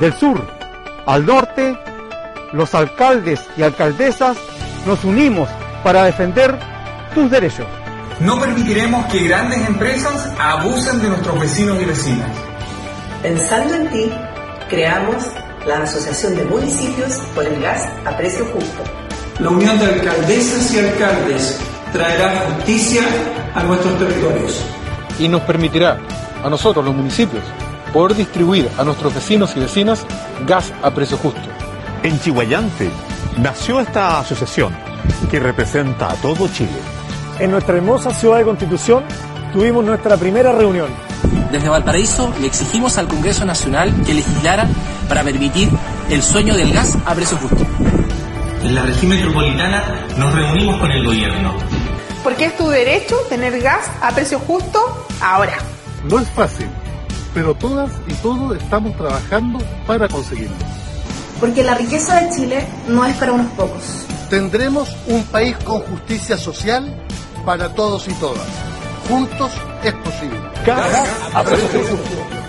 Del sur al norte, los alcaldes y alcaldesas nos unimos para defender tus derechos. No permitiremos que grandes empresas abusen de nuestros vecinos y vecinas. Pensando en ti, creamos la Asociación de Municipios por el Gas a Precio Justo. La unión de alcaldesas y alcaldes traerá justicia a nuestros territorios. Y nos permitirá a nosotros, los municipios, poder distribuir a nuestros vecinos y vecinas gas a precio justo. En Chihuayante nació esta asociación que representa a todo Chile. En nuestra hermosa ciudad de Constitución tuvimos nuestra primera reunión. Desde Valparaíso le exigimos al Congreso Nacional que legislara para permitir el sueño del gas a precio justo. En la región metropolitana nos reunimos con el gobierno. Porque es tu derecho tener gas a precio justo ahora. No es fácil, pero todas y todos estamos trabajando para conseguirlo. Porque la riqueza de Chile no es para unos pocos. Tendremos un país con justicia social para todos y todas. Juntos es posible. Gas a precio justo.